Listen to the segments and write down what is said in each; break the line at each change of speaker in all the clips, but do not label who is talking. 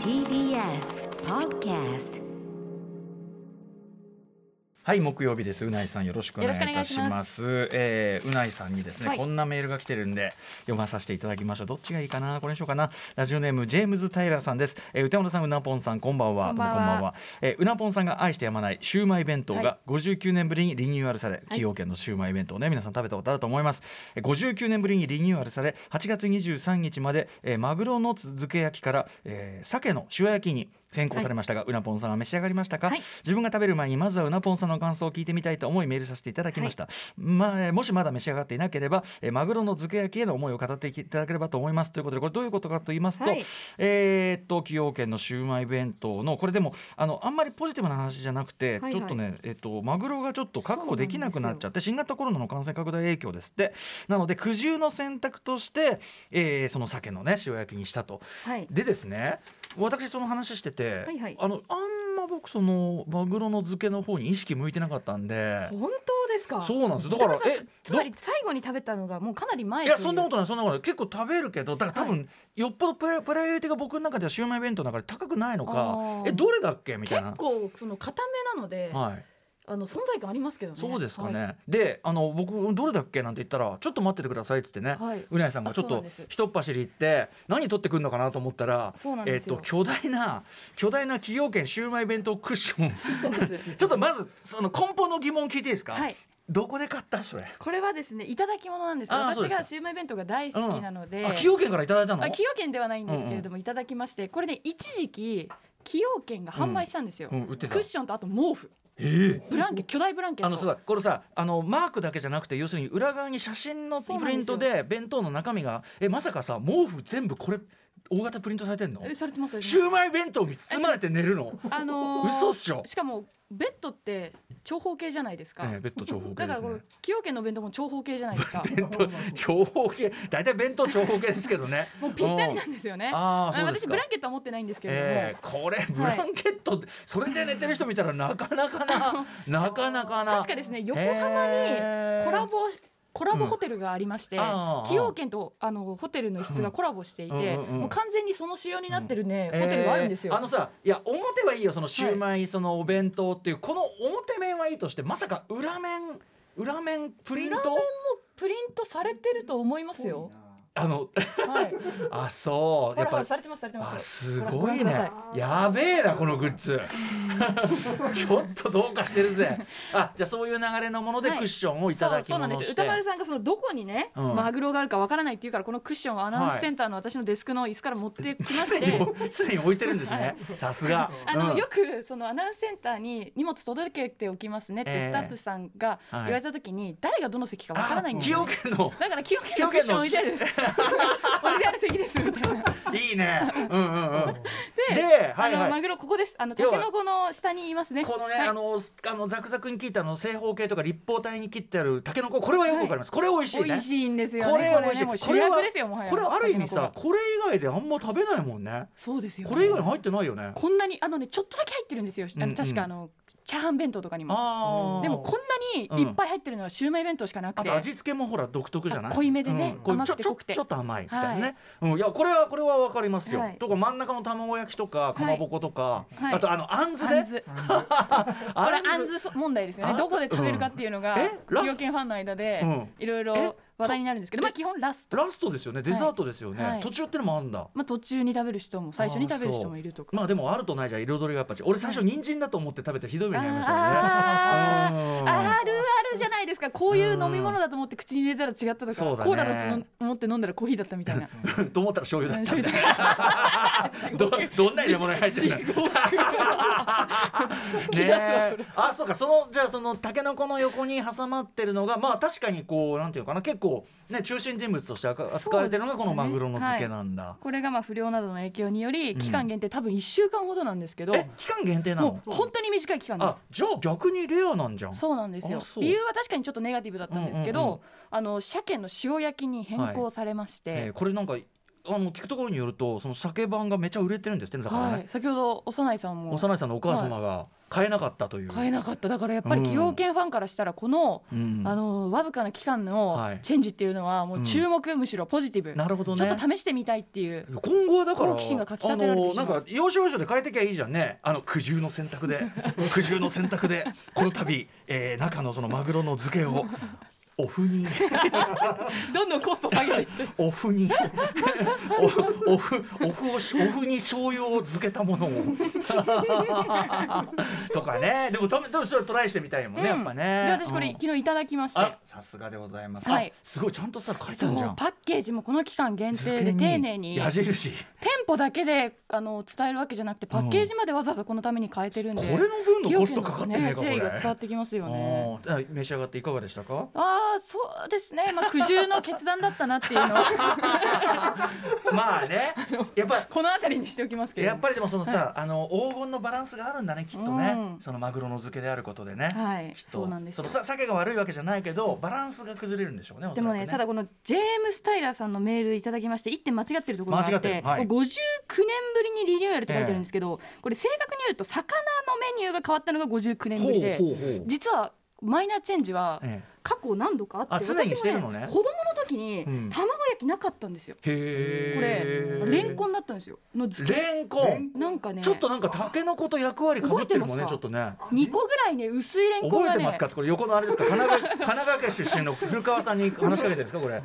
TBS Podcast
はい木曜日ですうないさんよろしくお願いいたし
よろしくお願いし
ま
ます
えーうないさんにですね、
はい
こんなメールが来てるんで読まさせていただきましょうどっちがいいかなこれにしようかなラジオネームジェームズ・タイラーさんです、えー、歌丸さんうなぽんさんこんばんは
こんばんは
どうもえーうなぽんさんが愛してやまないシューマイ弁当が
は
59年ぶりにリニューアルされ、崎陽軒のシューマイ弁当ね皆さん食べたことあると思いますえー59年ぶりにリニューアルされ8月23日まで、えーマグロの漬け焼きから、えー鮭の塩焼きに変更されましたが、うなぽんさんは召し上がりましたか、
はい
自分が食べる前にまずはうなぽんさんの感想を聞いてみたいと思いメールさせていただきました、まあえーもしまだ召し上がっていなければ、えーマグロの漬け焼きへの思いを語っていただければと思いますということでこれどういうことかと言いますと、
はい
えーっと崎陽軒のシウマイ弁当のこれでもあのあんまりポジティブな話じゃなくて、
いはい
ちょっとね、えっとマグロがちょっと確保できなくなっちゃって新型コロナの感染拡大影響ですってなので苦渋の選択として、えーその鮭のね塩焼きにしたと
はい。
でですね私その話してて、
はいはい
あのあんま僕そのマグロの漬けの方に意識向いてなかったんで
本当ですか。
そうなんですだから
田村さん
え
つまり最後に食べたのがもうかなり前
い
とう
やそんなことないそんなことない結構食べるけどだから多分、よっぽどプラプライオリティが僕の中ではシウマイ弁当の中で高くないのか
あー
えどれだっけみたいな
結。構その固めなので、
はい、
あの存在感ありますけどね。
そうですかね、
はい。
であの僕どれだっけなんて言ったら「ちょっと待っててください」っつってね、
はいう
なえさんがちょっ
あそうな
と
んです
ひとっ走り行って何取ってくるのかなと思ったら
そうなん
え
で
っ
すよ
と巨大な巨大な企業券シウマイ弁当クッション
そうです。
ちょっとまずその根本の疑問聞いていいです か、
はい。
どこで買ったそれ
これはですね、いただき物なんです。
あーそうで
私
すか
がシウマイ弁当が大好きなので、
あ崎陽軒からいただいたの
あ崎陽軒ではないんですけれども、いただきまして、これね一時期崎陽軒が販売したんですよ。
うん売ってた
クッションとあと毛布、
えー
ブランケ、巨大ブランケット。
あのすごいこれさあのマークだけじゃなくて要するに裏側に写真の
そう
プ
なんです
リ
よ
ントで弁当の中身がえまさかさ毛布全部これ大型プリントされてんの
えされてます。
シウマイ弁当に包まれて寝るの
あのー
嘘っしょ
しかもベッドって長方形じゃないですか。
ええベッド長方形で
だから
す
こ
ね
れ崎陽軒の弁当も長方形じゃないですか。
弁当長方形大体弁当長方形ですけどね
もうぴったりなんですよね。
ああそうです
私
か
ブランケットは持ってないんですけれども、
ええこれブランケット、それで寝てる人見たらなかなかななかなかな
確かですね横浜に
に
コラボ、コラボホテルがありまして、
うんああ
崎陽軒とあのホテルの一室がコラボしていて、
うんうんうん
もう完全にその仕様になってるね、ホテルがあるんですよ。
えーあのさいや表はいいよそのシューマイ、そのお弁当っていうこの表面はいいとしてまさか裏面裏面プリント
裏面もプリントされてると思いますよ。
あの
はい。
あそう
ほ
や
ら
っ
ほら
ぱ
されてますされてま
あ
す。
す
ほ
ご
ら
い
ご覧くださ
ねやべえなこのグッ ズちょっとどうかしてるぜあじゃあそういう流れのもので
はい
クッションをいただき
そうそ
物
うなん
を
です
して、
歌丸さんがそのどこにね、
うん
マグロがあるかわからないっていうからこのクッションをアナウンスセンターの私のデスクの椅子から持ってきまし て、
すでに置いてるんですねさすが
あの、
うん
よくそのアナウンスセンターに荷物届けておきますねっ
ええ
てスタッフさんが言われた時に、誰がどの席かわからないん
あ
です
崎陽
よ
軒の
だから清家 のクッション置いてある置いてあ る席ですみたいなで
いいね うんうんうんではいは
あの
い
マグロここですあのタ
要は
ケノコの下にいますね
このね、
はい
あのすあのザクザクに切ったあの正方形とか立方体に切ってあるタケノコこれはよくわかります、これ美味しい
美
ね
味しいんですよね
これ美味しい
ねもう
こ
主
れは
役ですよもはや
これある意味
タ
さ
ケノコが
これ以外であんま食べないもんね
そうですよね
これ以外入ってないよね
こんなにあのねちょっとだけ入ってるんですよ、あの
うんうん
確かあのチャーハン弁当とかにも
ああ
でもこんなにいっぱい入ってるのはシューマイ弁当しかなく
あ
て、
と味付けもほら独特じゃない
あ濃いめでね
こういう
甘
ちょ
くて
ちょ
濃くて
ちょっと甘いみたいなね、うん、いやこれはこれはわかりますよ、
はい
とか真ん中の卵焼きとかかまぼことか、
はい
あとあのあんず
あ
ね
んずこ
あ
れあんずそ問題ですよ
あん
ね
ず
どこで食べるかっていうのが
うんえラス
崎陽軒ファンの間で
うん
いろい
え
ろ話題になるんですけど、まあ、基本ラスト、
ラストですよねデザートですよね、
はい
途中ってのもあるんだ
まあ、途中に食べる人も最初に食べる人もいるとか。
まあでもあるとないじゃ彩りがやっぱ違う俺最初人参だと思って食べてひどい目
あ
に
ー
遭いましたもんね
あ
うん
ーあるあるじゃないですかこういう飲み物だと思って口に入れたら違ったとか、
そうだね
コーラだと思って飲んだらコーヒーだったみたいな
と思ったら醤油だったみたいな。ど
ど
どんな入れ物に入ってるの。ね え。あそうかそのじゃあそのタケノコの横に挟まってるのがまあ確かにこうなんていうのかな結構ね中心人物として扱われてるのがこのマグロの漬けなんだ。
これがまあ不良などの影響により
うん
期間限定、多分1週間ほどなんですけど
え期間限定なの
もう。本当に短い期間で
あ
す。
じゃあ逆にレアなんじゃん。
そうなんですよ
あそう
理由は確かにちょっとネガティブだったんですけど、
うんうんうん
あの鮭の塩焼きに変更されまして、
えーこれなんかあの聞くところによるとその酒版がめちゃ売れてるんですってねだからね、
はい、先ほど幼いさんも
幼いさんのお母様が買えなかったという、
買えなかっただからやっぱり
うん
崎陽軒ファンからしたらこの、
うん
あのわずかな期間
は
の
い
チェンジっていうのはもう注目、むしろポジティブ、
なるほど
ちょ
ね
っと試してみたいっ ていう
今後はだから
好奇心がかきたてられてしまう
あのなんか要所要所で変えてきゃいいじゃんねあの苦渋の選 択で苦渋の選択でこの度、えー、中のそのマグロの漬けをオフに
どんどんコスト下げていって
オフに おオフオフをしオフに醤油を漬けたものを とかねでも多分でもそれトライしてみたいもんね、
うん
やっぱ
で
ね
私これ、
うん
昨日いただきまして
あさすがでございます、
はい
あすごいちゃんとさ書いて
そ
あ
う
るじゃん
パッケージもこの期間限定
漬け
で
に
丁寧に
矢印
店舗だけであの伝えるわけじゃなくてパッケージまでわざわざこのために変えてるんで、
これの分のコストかかってねえかこ
崎陽軒のね誠
れ
意が伝わってきますよね
あーあ召し上がっていかがでしたか
ああそうですねまあ苦渋の決断だったなっていうの を
まあ ねやっぱ
この辺りにしておきますけど
やっぱりでもそのさ、あの黄金のバランスがあるんだねきっとね、
うん
そのマグロの漬けであることでね、
はい
きっと
そうなんです
そ
よ
のさ酒が悪いわけじゃないけどバランスが崩れるんでしょうねおそ
で
ら
も
く
ねただこのジェームス・タイラーさんのメールいただきまして1点間違ってるところがあ
間違
っ
って
て
るはい
59年ぶりにリニューアルって書いてあるんですけど、これ正確に言うと魚のメニューが変わったのが59年ぶりで
ほうほうほう
実はマイナーチェンジは
え
過去何度かあって
あ常にしてるのね
私も子供の時に
うん
卵焼きなかったんですよ、
えへえ
これレンコンだったんですよの漬け
レンコン
なんかね
ちょっとなんかタケノコと役割かぶってるもんねちょ
覚
っ
え
とね
2個ぐらいね薄いレンコン
覚え
が
て
ね
ますかこれ横のあれですか神奈川 神奈川県出身の古川さんに話しかけてるんですかこれ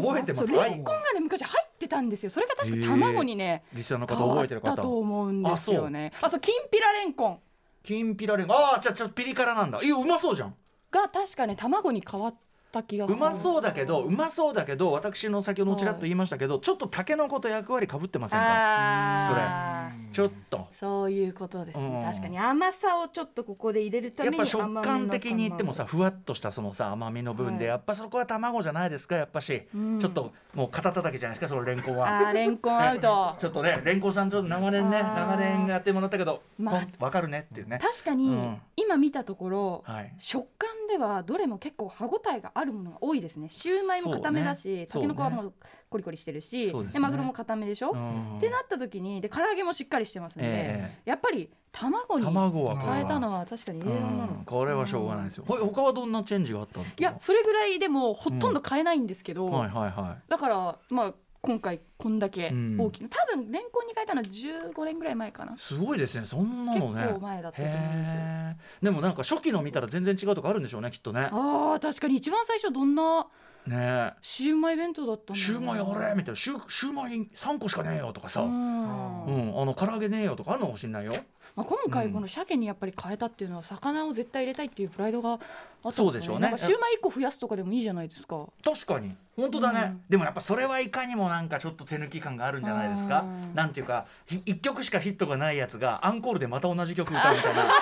覚えてます
そう
か
レンコンがね昔入ってたんですよそれが確か卵にね
リスナーの
変
方
わ
覚
っ
えてる
たと
方
思うんですよねあそうきんぴらレンコン
きんぴらレンコンああじゃあちょっとピリ辛なんだいやうまそうじゃん
が確かね卵に変わった気がす
う
る
まそうだけどうまそうだけど私の先ほどもちらっと言いましたけど、ちょっとタケノコと役割かぶってませんか
あー
ちょっと
そういうことです
うん
ね確かに甘さをちょっとここで入れるた
や
め
っ
に
ぱ食感的に言ってもさ
甘
ふわっとしたそのさ甘みの部分で、
はい
やっぱそこは卵じゃないですかやっぱし、
めの卵うん
ちょっともう肩叩きじゃないですかそのレンコンは。
あーレンコンアウト
ちょっと ねレンコンさんちょっと長年ね
あー
長年やってもらったけど、
まあ
わかるねっていうね。
確か
う
に
ん
今見たところ
はい
食感ではどれも結構歯ごたえがあるものが多いですねシューマイも固めだし
そ
た
うね
けのこは
そうね
もうコリコリしてるし
そうですね
でマグロも固めでしょ
うん
ってなった時にで唐揚げもしっかりしてますので、
え
やっぱり卵に
卵はこれは
変えたのは確かに栄養な
うん
の
これはしょうがないですよ。ほい他はどんなチェンジがあったの？
いやそれぐらいでもうほとんど変えないんですけど、
はいはいは。
だからまあ今回こんだけ大きな、多分レンコンに変えたのは15年ぐらい前かない
すごいですねそんな
結
のね。
構前だったと思いますよ
へーでもなんか初期の見たら全然違うとこあるんでしょうねきっとね
あー確かに一番最初どんな
ね
シューマイ弁当だったん
え
だ
シューマイあれみたい
た
なシューシューマイ3個しかねえよとかさ、う
うんん
あの唐揚げねえよとかあるのかもしれないよ
まあ、今回この鮭にやっぱり変えたっていうのは魚を絶対入れたいっていうプライドがあった
そ
ん
う
で
ですし
か
ょう
ね
ね
なんかシューマイ1個増やすとかでもいいじゃないですか
確かに本当だね、
うん
でもやっぱそれはいかにもなんかちょっと手抜き感があるんじゃないですか、
うん
なんていうかひ一曲しかヒットがないやつがアンコールでまた同じ曲歌うみたいな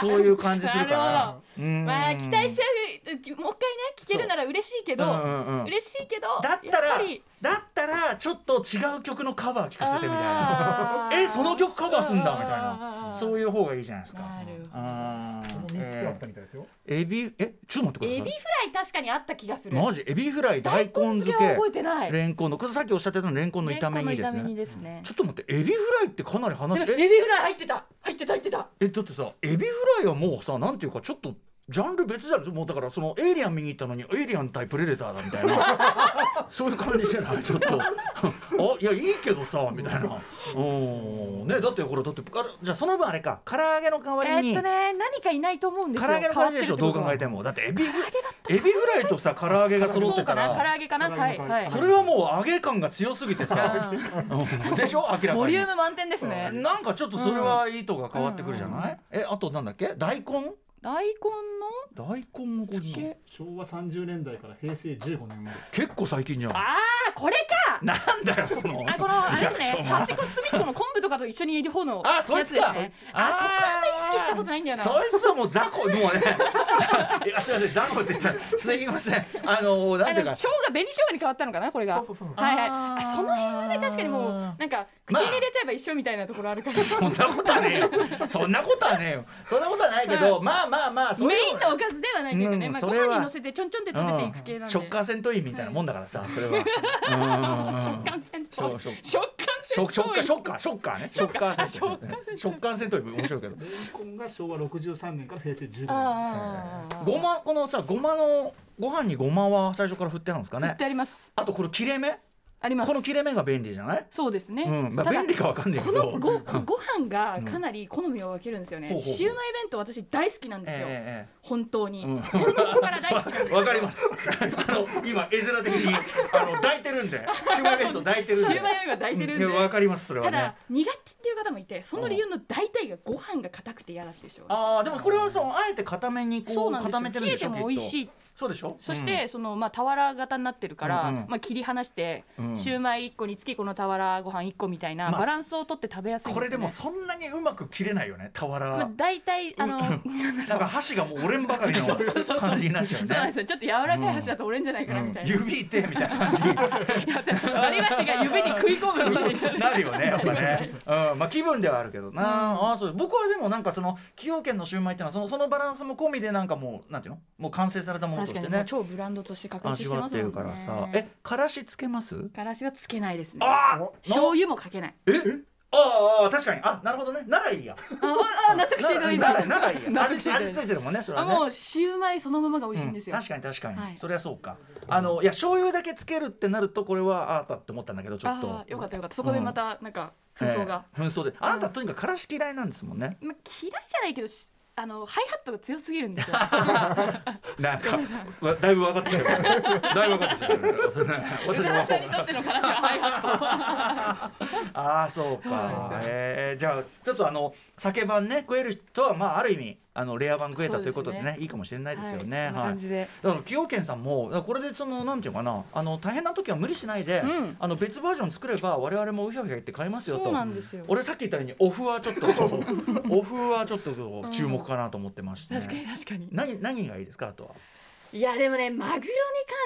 そういう感じするから
なるほ
うん
まあ期待しちゃうもう一回ね聞けるなら嬉しいけど、
うんうんうん
嬉しいけ ど
だった
やっ
ら
ぱり
だったらちょっと違う曲のカバー聞かせてみたいな
あー
えその曲カバーすんだみたいな
あー
そういう方がいいじゃないですか
なるほど
あ
この
ー
3つあった
え
みたいですよ。
ーエビえちょっと待っ
エビ
て
フ
く
ラ
ださ
イ確かにあった気がす
い
る
マジエビフライ大根漬
は覚
け
えてない
レンコンのこれさっきおっしゃってたのレンコンの炒め煮です
レンコンの炒め煮
ね
ですね
ちょっと待ってエビフライってかなり話
でも
え
エビフライ入ってた入ってた入ってた
えだってさエビフライはもうさなんていうかちょっとジャンル別じゃんもうだからそのエイリアン見に行ったのにエイリアン対プレデターだみたいな そういう感じじゃないちょっと あいやいいけどさみたいなうんねだってこれだってあれじゃあその分あれか唐揚げの代わりに、
えーっとね何かいないと思うんです
唐
よ
揚げの代わりでしょ
変
どう
わって
考
るってことは
えてもだってエビエビフライとさ唐揚げが揃っ
そ
て
う
た
かな唐
ら
揚げかな
唐揚げ
はい
唐揚げ
はい
それはもう揚げ感が強すぎて さ、
うん
うんでしょ明らかに
ボリューム満点ですね
なんかちょっとそれは意図が変わってくるじゃない、えあとなんだっけ大根
大根
大根のこ
の
れ
漬け
昭和30年代から平成15年まで。
結構最近じゃん
ああこれか
なんだよその
あこのあれです ね端っこの隅っこの昆布とかと一緒にいる方の
あ
やつ
そい
です
つか
ねあそこあんま意識したことないんだよな
そいつはもう雑魚もうね いやすいません雑魚って言っちゃうすいませんあのなん
あ
てい
で
う
も
か
生姜紅生姜に変わったのかなこれが
そうそうそうそう
はいはい
あー
あその辺はね確かにもうなんか口に入れちゃえば一緒みたいなところあるから、
そんなことはねえよそんなことはねえよそんなことはないけどまあまあまあそ
メ
れ
インのおかずではないというかね、
うん
まあ、
そ
ご
れは
飯に乗せてちょんちょんって食べていく系なんで、
うんショッカー戦闘員みたいなもんだからさそれは
食感戦闘
ショ
食感
シ
戦
ョッショッカーショ
闘
ッカーショッカーねショッカー戦闘員ショッカー戦闘員面白いけど
レンコンが昭和63年から平成15年
ああ
ごまこのさごまのご飯にごまは最初から振ってあるんですか
言
ね
ってあります
あとこの切れ目
あります
この切れ目が便利じゃない
そうですね、
うんまあ
ただ
便利かわかんないけ
こ
ど
のごご飯がかなり好みを分けるんですよね、
ほうほうほう
シウマイ弁当私大好きなんですよ、
え
本当に、
ん
心の底から大 好きなん
えええ
です
わかります。あの今絵面的にあの抱いてるんで、シウマイ弁当抱いてるんで。
シウマイよりは抱いてるんで
いやわかりますそれは
た
ね
だ。苦手っていう方もいてその理由の大体がご飯が硬くて嫌だっていう人が
ああでもこれはそのあえて固めに
そ
こ
う
う
なんです
固
よ
めてるん
冷え
でしてょ。
も美味
きっ
しい
とそうでしょ。
そして、そのまあ俵型になってるから、
うんうん
まあ、切り離して、
うん
シューマイ1個につきこの俵ご飯1個みたいな
まあ
バランスをとって食べやすいん
うん
で
これ
すよ、ね
でもそんなにうまく切れないよね。 俵
まあ、大体あの、
なんか箸がもう折れんばかりの感じになっちゃう
そうなんで
ね。
すよちょっと柔らかい箸だと折れんじゃないかなみたいな、
指痛いみたい な感じに
割り箸が指に食い込むみたいな
なるよねやっぱ
なり
ね、うん、まあ気分ではあるけどな、ああそう僕はでもなんかその崎陽軒のシュウマイっていうのはそのそのバランスも込みでなんかもうなんていうのもう完成されたものと
確
し
か
て
にもう
ね
超ブランドとして確立
味
して
わ
ま
っ
すもん
て
ね
るからさえからしつけます
からしはつけないですね
ああ
お
醤油もかけない
えああ確かにあなるほどねならいい や
あああ納得していただい
なら
た
なら いいや
納得
味
していただい
味ついてるもんねそれ
あ
はね
もうシューマイそのままが美味しいんですよ、
うん確かに確かに、
はい
そりゃそうかあのいや醤油だけつけるってなるとこれはああだって思ったんだけどちょっと
ああよかったよかったそこでまたなんか紛争が、
ええ紛争であなたとにかくからし嫌いなんですもんね
まあ、嫌いじゃないけどしあのハイハットが強すぎるんですよ
なんか、わだいぶ分かってきたよ。だいぶ分かってきたよ。
宇
私
田
は
さんにとってのからしはハイハ
ああ、そう
は
か。ええじゃあ、ちょっとあの、酒版ね、食える人は、まあ、ある意味。あの、レア版食えたということで
そう
ね、いいかもしれ ない
ット
ですよね。
はい、そんな
はい
感。じで、
だから崎陽軒さんもだからこれでそのなんていうのかなあの大変な時は無理しないで、
うん
あの別バージョン作れば我々もうひゃうひゃ言って買いますよと
そうなんですよ
俺さっき言ったようにオフはちょっとオフはちょっと注目かなと思ってまして、
確かに確かに
何何がいいですかあとは、
いやでもねマグロに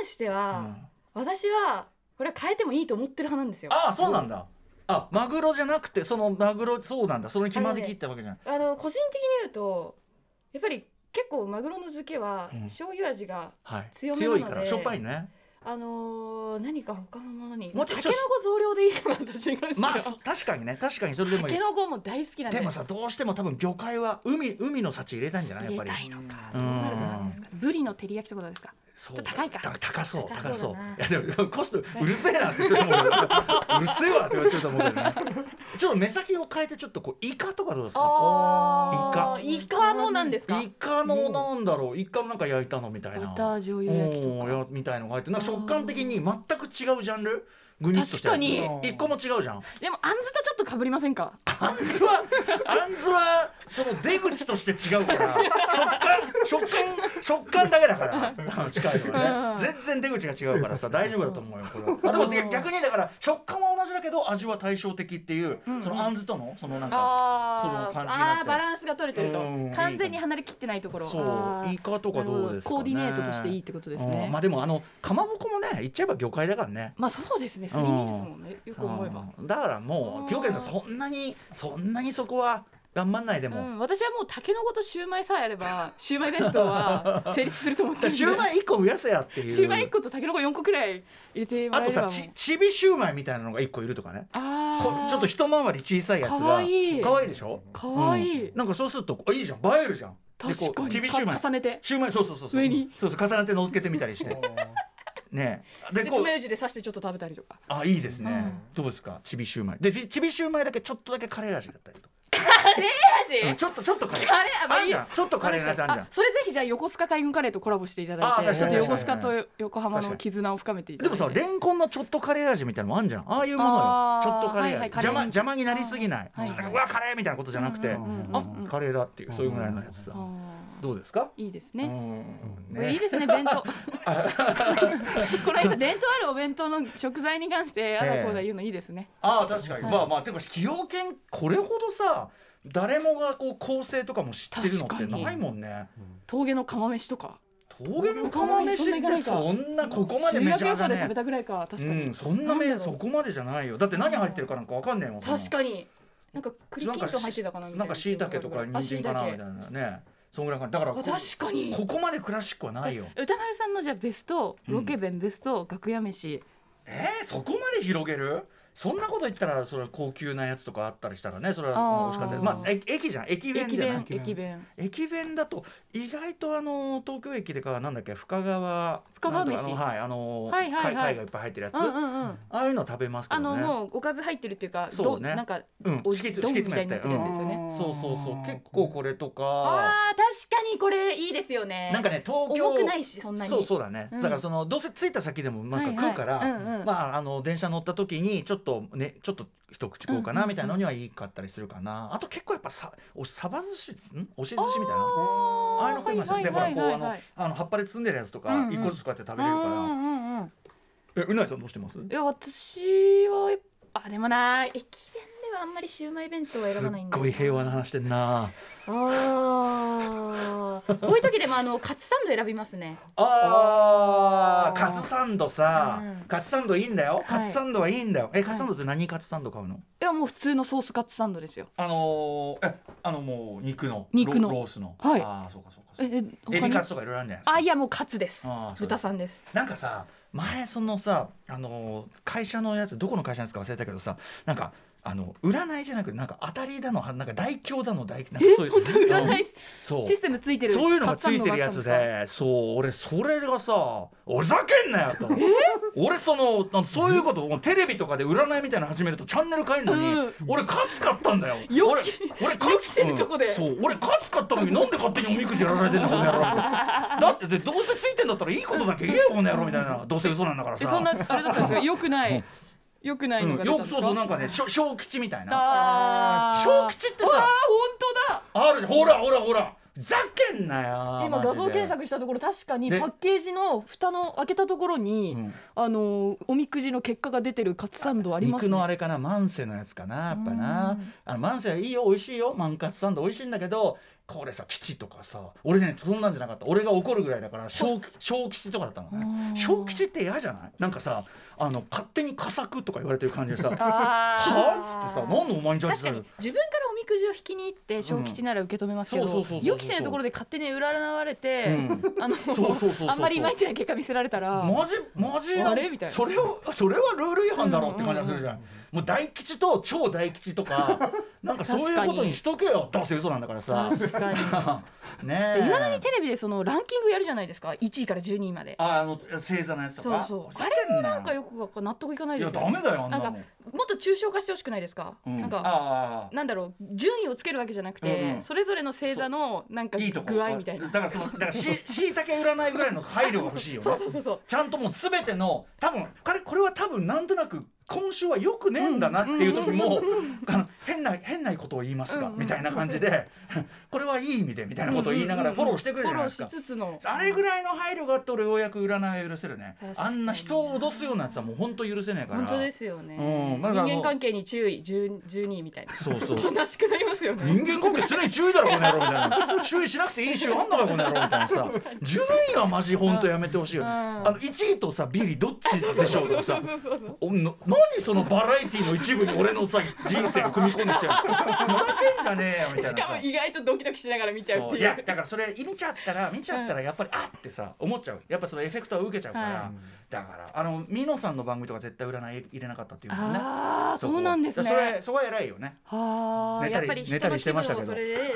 関しては、
うん
私はこれは変えてもいいと思ってる派なんですよ
ああそうなんだ、あマグロじゃなくてそのマグロそうなんだその決まりきったわけじゃない、
あの個人的に言うとやっぱり結構マグロの漬けは
うん
醤油味が、
はい、
強めなの
強
で
いからしょっぱいね
あのー何か他のものに
もう
た
ちょ
け
い
の
ちょ
こ
っと
増量でいいかな私に関しては
まあそ確かにね確かにそれでも
た
いい
けのこも大好きなんで
でもさどうしても多分魚介は海海の幸入れたいんじゃないやっ
入
ぱ
れ
り
たいのか
う
そ
ん
うなるとなんですかねブリの照り焼きってことですか
そう
ちょっと高いか
だ高そう高
高
そ
そううだない
やでもコストうるせえなって言ってると思うけどうるせえわって言ってると思うけどねちょっと目先を変えてちょっとこうイカとかどうですか
あ
ー
イカイカのなんですか
イカのなんだろうイカのなんか焼いたのみたい
バ
な
ター醤油焼きと
お
か
ーやみたいのが入ってなんか食感的に全く違うジャンルグニッとしたやつ
確
かに
一個も違うじゃん
でもあんずとちょっと被りませんか
あんずはあんずはその出口として違うから食感食感食感だけだからあの近いのはね全然出口が違うからさ大丈夫だと思うよこれはあでも逆逆にだから食感は同じだけど味は対照的っていう
うんうん
そのあんずとのそのなんかその
あー
感じになって
あーバランスが取れてると
うん
完全に離れきってないところ
そうイ
い
カとかどうですかね
コーディネートとしていいってことです
う
ね
んまあでもあのかまぼこもね言っちゃえば魚介だからね
まあそうですねすり身ですもんねよく思えば
うんだからも
あ
う
ー
清家さんそんなにそんなにそこは頑張んないで
う
も、
ん、私はもうタケノコとシューマイさえあればシューマイ弁当 は成立すると思って
だか
る
ら
ん
シューマ
で
イ1個増やせやっていう
シューマイ1個とタケノコ4個くらい入れても
あ
らえ
と
れば
さ
もう
ちちびシューマイみたいなのが1個いるとかね
あ
こ
ー
ちょっと一回り小さいやつが
かわいい
かわいいでしょ
かわいい、
うんなんかそうするとあいいじゃん映えるじゃんでこう
確かに
ちびシューマイ
か重ねて
シューマイそうそうそうそう
上に
そうそう重ねて乗っけてみたりしてねえで
で
こう
爪楊枝で刺してちょっと食べたりとか
あいいですね、どうですかちびシューマイでちびシューマイだけちょっとだけカレー味だったりとか
カレー
うん
味
ちょっとちょっとカレー
カレー
あ
まあ
ん
いい
じゃ
よ
んちょっとカレーなやつあんじゃん
あそれぜひじゃあ横須賀海軍カレーとコラボしていただ
あ
い
確
てち
か
ょっ
に
と横須賀
確かに
と横浜の絆を深めていた
で
だい
も
て
さレンコンのちょっとカレー味みたいなのもあんじゃんああいうものよ
あー
ちょっとカレー味、
はいはいカレー
邪魔邪魔になりすぎない、
はいはい
ずっとうわカレーみたいなことじゃなくて、
うんうんうんうん
あカレーだっていうそういうぐらいのやつさ、
あ
どうですか、
ーいいです
う
ね
ん
これいいですね弁 当この人伝統あるお弁当の食材に関してあだこうだ言うのいいですね
ああ確かに、
はい
まあまあでも崎陽軒これほどさ誰もがこう構成とかも知ってるのって
確かに
ないもんね
峠の釜飯とか
峠の釜飯ってそんなここまでメ
修
ジャー
学旅
じゃ
行で
ね
食べたぐらいか確か
う
に
ん、そんなめ
なんだ
そ
ろう
こまでじゃないよだって何入ってるかなんかわかんねえもん
確かになんか栗
なん
き
か
んとん入ってたかなみたい
な
な
んか椎茸とか人参かなみたい
あ
なねそんぐらいかなだからこ
椎茸あ確かに
ここまでクラシックはないよ
歌丸さんのじゃあベストロケ弁ベスト楽屋飯
えー、そこまで広げるそんなこと言ったらそれは高級なやつとかあったりしたらねそれは
あー
惜しかったまあえ駅じゃん駅弁
駅
じゃない
弁駅弁
駅弁だと意外とあの東京駅でかなんだっけ深川
深川飯
なんとかあのはいあの
はいはいはい
貝貝がいっぱい入ってるやつ、
うん
あ
うんうん
あいうのは食べますけ
あ
ど
の
ね
もうおかず入ってるっていうか
そう
ど
ね
なんか
うん
お
敷き
丼
詰
み
み
た
た
い
い
に
に
な
なっ
ってて
る
る
や
やつ
つです
で
す
よ
よ
ね
ねそうそうそう結構これとか
あー確かにこれいいですよね
なんかね東京
重くないしそんなに
そうそうだね、
うん
だからそのどうせ着いた先でもなんか食うから、
はいはいうんうん
まああの電車乗った時にちょっとねちょっと一口食おうか
うんうん
な
うん
みたいなのにはいいかったりするかな、あと結構やっぱさおサバ寿司んおし寿司みたいな
あ
ああいうの食いましたねでほらこうあの
い
あの葉っぱで摘んでるやつと
うん
か
うん
一個ずつこうやって食
う
べれるから、
んうんうん
えうなぎさんどうしてます
いや私はやっぱあでもな駅弁ではあんまりシウマイ弁当は選ばないんだ
すっごい平和な話してんな
ああこういう時でもあのカツサンド選びますね
あー
ー
カツサンドさ、
うん
カツサンドいいんだよ、
い
カツサンドはいいんだよえカ
はい
ツサンドって何カツサンド買うの、
いやもう普通のソースカツサンドですよ
あのー、えあのもう肉の
肉の
ロロースの
はい
ああそうかそうかそうか
ええ
エビ
他に
カツとかいろいろあるんじゃないですか
あいやもうカツです
あーそう
豚さんです
なんかさ前そのさあの会社のやつどこの会社なんですか忘れたけどさなんかあの占いじゃなくなんか当たりだのなんか大凶だの大なんかそういう
占い
そう
システムついてる
そういうのがついてるやつ
カツサンドがあったん
でそう俺それがさ俺ざけんなよと俺そのあのそういうこともうテレビとかで占いみたいなの始めるとチャンネル変えるのに、
うん
俺勝つかったんだよ
よ
俺俺勝
予期せぬとこで
うんそう俺勝つかったのになんで勝手におみくじやらされてんだこ の野郎だってでどうせついてんだったらいいことだけ言えよこの野郎みたいなどうせ嘘なんだから
です
さ
かえそんなあれだったん ですかよくないよくない
うん
のが出た
よ
んで
く
すか
そうそうなんかねしょ小吉みたいな
あー
小吉って
あー
さ
本
あるじゃんほらほらほらふざけんな
当
よ
だ今
マジ
画
で
像検索したところ確かに
で
パッケージの蓋の開けたところに、
うん
あのおみくじの結果が出てるカツサンドあります
肉
ね
のあれかなマンセのやつかなやっぱ
う
なんあのマンセいいよ美味しいよマンカツサンド美味しいんだけどこれさ吉とかさ俺ねそんなんじゃなかった俺が怒るぐらいだから小小吉とかだったの
う
ね
ん
小吉って嫌じゃないなんかさあの勝手に佳作とか言われてる感じでさ「は
あ
あ?」っつってさ
ー
「何のお前にジャッジ
確
さ
か
れ
に
る
自分からおみくじを引きに行って小吉なら受け止めますけ
うんそう
ど
そうそうそうそう
予期せぬところで勝手に占われて、
う
あの
そうそうそうそう
あんまりいまいちな結果見せられたら
マジマジ
あれみたいな
それをそれはルール違反だろうって感じがするじゃない、もう大吉と超大吉と かなんかそういうことにしとけよどうせ嘘なんだからさ
確かに
ねえ
いまだにテレビでそのランキングやるじゃないですか1位から12位まで
ああの星座のやつと
そう
か
そう
ふざ
あ
け
れ
ん
も
な
なんかよく納得いかない
い
で
や
すよ
ダメだよあんな
な
ん
か
の
もっと抽象化してほしくないですか、
うん
なんか
ああ
なんだろう順位をつけるわけじゃなくて、
うんうん
それぞれの星座のなんか
いいとこ
具合みたいな
だからそのだから ししいたけ占いぐらいの配慮が欲しいよね
そうそうそうそう
ちゃんともう全ての多分これこれは多分なんとなく今週はよくねえんだなっていう時も、あの変な変なことを言いますが、
うんうん
みたいな感じで これはいい意味でみたいなことを言いながらフォローしてくれる
フ
じ
ォ
ゃない
ロー
です
し
か。
つつの
あれぐらいの配慮があって俺ようやく占いは許せるね
確かに
あんな人を脅すようなやつはもう本当許せないから
本当ですよね、
うんだから
人間関係に注意10 12みたいな
そうそう
悲しくなりますよね
人間関係常に注意だろこの野郎みたいな注意しなくていい週あんのかよこの野郎みたいなさ順位はマジ本当やめてほしいよね、
うん
あの1位とさビリどっちでしょうとかさおの何そのバラエティの一部に俺のさ人生が組み込んできてるふざけんじゃねえよみたい
し
な
かも
さ
意外とドキドキしながら見ちゃうっ
そ
て
うい
いう
やだからそれ見ちゃったら見ちゃったらやっぱりあってさ思っちゃうやっぱそのエフェクトは受けちゃうから、
はい
だからあのミノさんの番組とか絶対占い入れなかったっていうもんね
ああそうなんですね
それそこは偉いよね
はあ
寝た
やっ
り
ぱり人
寝たり
の
して
気
ました
分
け
を
ど
それで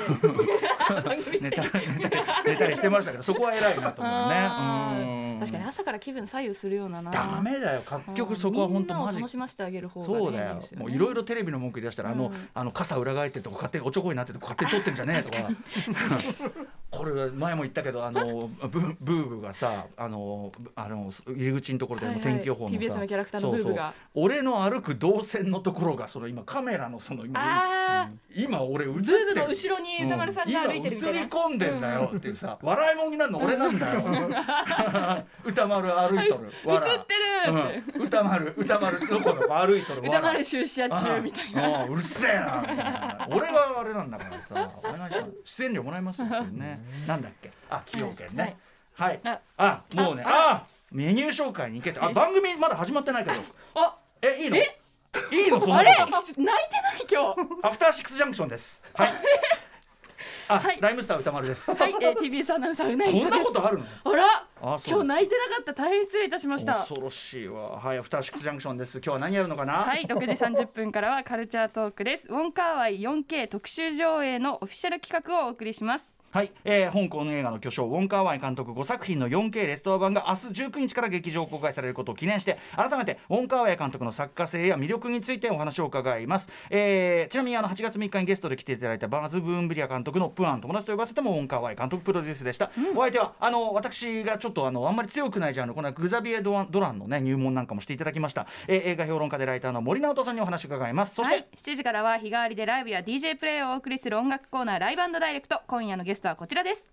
番組
寝
中
たり寝たり寝たりしてましたけどそこは偉いなと思うね
あー
うんうん
確かに朝から気分左右するようなな
ダメだよ
うん
各局そこは本当
み
マ
んなを
ジ
楽しませてあげる方がね
そうだよ
ですね
もういろいろテレビの文句言い出したら、あ
う
の
ん
あの傘裏返ってるとこ勝手におちょこになってるとこ勝手に取ってんじゃねえとか これ前も言ったけどあのブーブーブーがさあのあの入り口のところで
はい
も
はい
天気予報のさ、
TBS のキャラクターのブーブーが
そうそう俺の歩く動線のところがその今カメラのその今
ああ
今俺映ってる
ズームの後ろに歌丸さんが歩いてるみたいな、
うん今映り込んでんだよっていうさ、笑いもんになるの俺なんだよ 歌丸歩いとる
映
笑
ってるって、
うん、歌丸歌丸どこの子歩いとる
歌丸出社中みたいな
なうるせえな俺はあれなんだからさお願いします出演料もらい ますよっていうねなんだっけあ崎陽軒ねはい、
はい
あもうねあメニュー紹介に行けたあ番組まだ始まってないけど
あ
えいいの
え
いいのそんな
あ
こ
れ
と
泣いてない今日
アフターシックスジャンクションです。はい。あ、
はい
ライムスター歌丸です。
はい、えー、TBS アナウンサーうない
こ
さ
ん
です
なことあるの。
あら
あそうです
今日泣いてなかった大変失礼いたしました
恐ろしいわ。はい、アフターシックスジャンクションです。今日は何やるのかな。
はい、6時30分からはカルチャートークです。ウォンカーワイ 4K 特集上映のオフィシャル企画をお送りします。
はい、えー、香港の映画の巨匠ウォンカーワイ監督5作品の 4K レストア版が明日19日から劇場公開されることを記念して改めてウォンカーワイ監督の作家性や魅力についてお話を伺います、えー、ちなみにあの8月3日にゲストで来ていただいたバーズ・ブーンブリア監督の「プアン友達と呼ばせてもウォンカーワイ監督プロデュース」でした、お相手はあの私がちょっとあのあんまり強くないジャンルこのグザビエドワン・ドランの、ね、入門なんかもしていただきました、えー映画評論家でライターの森直人さんにお話を伺いますそして、
はい、7時からは日替わりでライブや DJ プレイをお送りする音楽コーナーライブダイレクト。今夜のゲストはこちらです。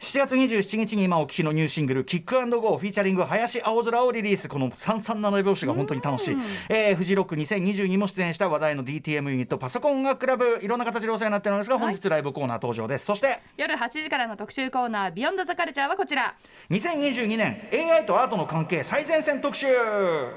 7月27日に今お聞きのニューシングル「キックゴーフィーチャリング林青空をリリースこの三三七拍子が本当に楽しい、えーフジロック2022も出演した話題の DTM ユニットパソコン音楽クラブいろんな形でお世話になってるんですが本日ライブコーナー登場です、そして
夜8時からの特集コーナービヨンドザカルチャーはこちら。
2022年 AI とアートの関係最前線特集
えー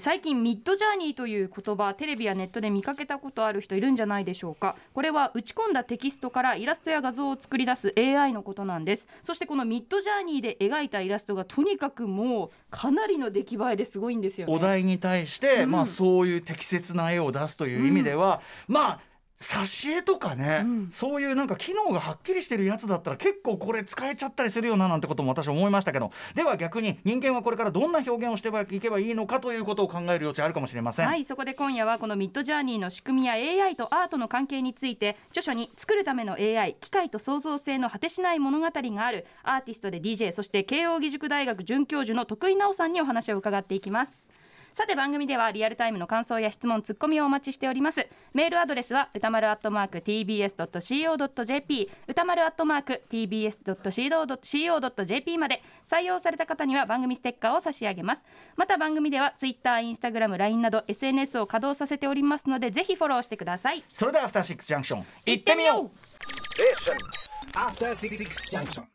最近ミッドジャーニーという言葉テレビやネットで見かけたことある人いるんじゃないでしょうかこれは打ち込んだテキストからイラストや画像を作り出す AI のことなんですそしてこのミッドジャーニーで描いたイラストがとにかくもうかなりの出来栄えですごいんですよね
お題に対して、まあ、そういう適切な絵を出すという意味では、まあ挿絵とかね、
うん
そういうなんか機能がはっきりしてるやつだったら結構これ使えちゃったりするよななんてことも私思いましたけどでは逆に人間はこれからどんな表現をしていけばいいのかということを考える余地あるかもしれません。
はいそこで今夜はこのミッドジャーニーの仕組みや AI とアートの関係について著書に作るための AI 機械と創造性の果てしない物語があるアーティストで DJ そして慶応義塾大学准教授の徳井直さんにお話を伺っていきますさて番組ではリアルタイムの感想や質問ツッコミをお待ちしておりますメールアドレスは歌丸アットマーク tbs.co.jp 歌丸アットマーク tbs.co.jp まで採用された方には番組ステッカーを差し上げますまた番組ではツイッター、インスタグラム、LINE など SNS を稼働させておりますのでぜひフォローしてください
それではアフターシックスジャンクション
行ってみよう
After Six Junction.